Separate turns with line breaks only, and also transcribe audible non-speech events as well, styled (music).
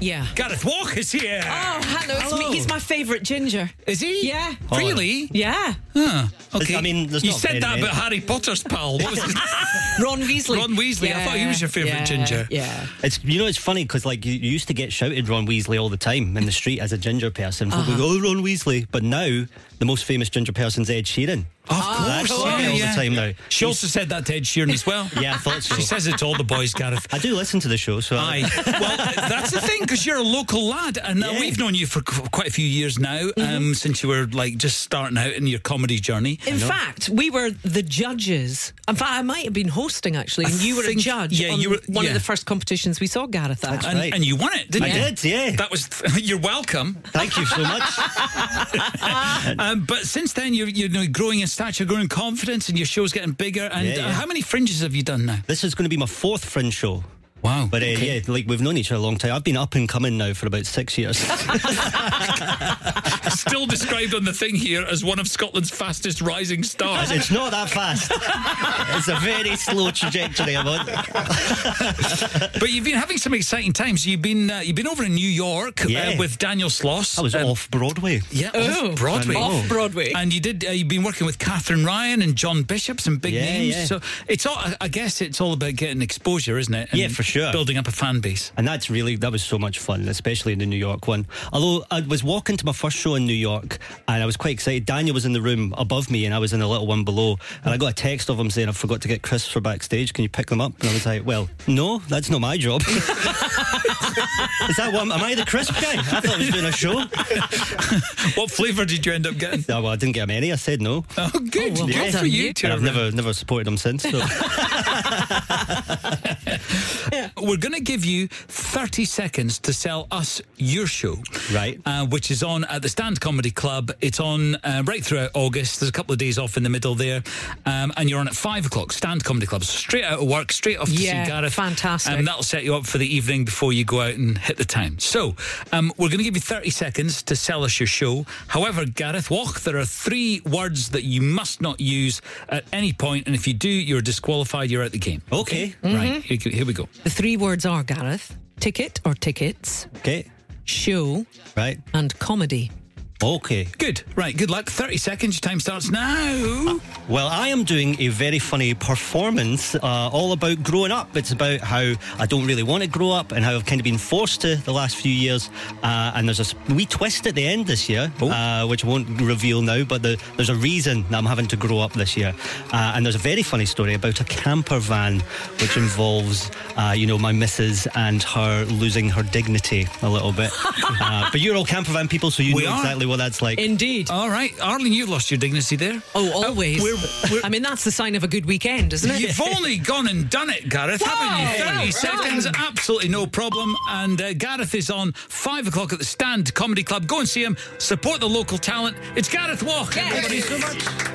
Yeah.
Gareth Walker's here.
Ah.
Oh, hello. It's me. He's my favourite ginger.
Is he?
Yeah.
Really?
Yeah.
Huh. Okay.
I mean, there's
you
not
said
very
that
many.
about Harry Potter's pal. What was
(laughs)
his
Ron Weasley.
Ron Weasley. I thought he was your favourite
yeah,
ginger.
Yeah.
It's you know it's funny because like you, you used to get shouted Ron Weasley all the time in the street as a ginger person. People go,
Uh-huh.
oh Ron Weasley, but now the most famous ginger person's Ed Sheeran.
Of
That's
course. Oh,
all the time now.
She also said that to Ed Sheeran as well.
Yeah, I thought so.
She says it to all the boys, Gareth.
I do listen to the show, so I-
Aye.
(laughs)
Well, that's the thing because you're a local lad, and uh,
Yeah. Mm-hmm.
we've known you for qu- quite a few years now, um, since you were like just starting out in your comedy journey.
In fact, we were the judges. In fact, I might have been hosting actually, and you were
think-
a judge.
yeah,
on
you were-
one
yeah.
of the first competitions we saw Gareth at.
That's
and,
right.
and you won it, didn't
I
you?
did, yeah.
That was. (laughs) you're welcome.
Thank you so much.
Um, but since then, you're you know growing in stature, growing in confidence, and your show's getting bigger. And
Yeah, yeah.
Uh, how many fringes have you done now?
This is going to be my fourth fringe show.
Wow.
But uh, yeah, like we've known each other a long time. I've been up and coming now for about six
(laughs)
years. (laughs)
Still described on the thing here as one of Scotland's fastest rising stars.
(laughs) it's not that fast. It's a very slow trajectory I'm on.
But you've been having some exciting times. You've been uh, you've been over in New York uh,
Yeah.
with Daniel Sloss.
I was
Um,
off Broadway.
Yeah,
Oh.
off Broadway.
Off Broadway.
And you did. Uh, you've been working with Catherine Ryan and John Bishop, some big
Yeah,
names.
yeah.
So it's all. I- I guess it's all about getting exposure, isn't it? And
Yeah, for sure.
Building up a fan base.
And that's really that was so much fun, especially in the New York one. Although I was walking to my first show in New York, and I was quite excited. Daniel was in the room above me, and I was in the little one below. And I got a text of him saying, "I forgot to get Chris for backstage. Can you pick them up?" And I was like, "Well, no, that's not my job." (laughs) Is that one? Am I the crisp guy? I thought I was doing a show.
what flavour did you end up
(laughs)
getting?
No, well, I didn't get him any. I said no.
Oh, good.
well,
good
well
for
done,
you
you.
two.
And I've never, never supported him since. So.
We're going to give you 30 seconds to sell us your show.
Right.
Uh, which is on at the Stand Comedy Club. It's on uh, right throughout August. There's a couple of days off in the middle there. Um, and you're on at 5 o'clock, Stand Comedy Club. So straight out of work, straight off to
Yeah,
see Gareth.
fantastic.
And that'll set you up for the evening before you go out and hit the town. So um, we're going to give you 30 seconds to sell us your show. However, Gareth Walk, there are three words that you must not use at any point, And if you do, you're disqualified. You're out the game.
okay,
Right. Here, here we go.
The three words are Gareth, ticket or tickets,
okay,
show,
right,
and comedy.
okay.
Good. Right. Good luck. 30 seconds. Your time starts now.
Well, I am doing a very funny performance uh, all about growing up. It's about how I don't really want to grow up and how I've kind of been forced to the last few years. Uh, and there's a s- wee twist at the end this year,
Oh.
uh, which I won't reveal now, but the, there's a reason that I'm having to grow up this year. Uh, and there's a very funny story about a camper van, which involves, uh, you know, my missus and her losing her dignity a
(laughs)
little bit. uh, but you're all camper van people, so you
We
know
are.
exactly what that's like.
Indeed.
All right. Arlene, you've lost your dignity there.
oh, always.
Uh, we're- we're-
I mean, that's the sign of a good weekend, isn't it?
You've only gone and done it, Gareth, haven't you?
Whoa!
30
Right.
seconds, absolutely no problem. And uh, Gareth is on 5 o'clock at the Stand Comedy Club. Go and see him, support the local talent. It's Gareth Walk.
Yes.
Everybody, so much.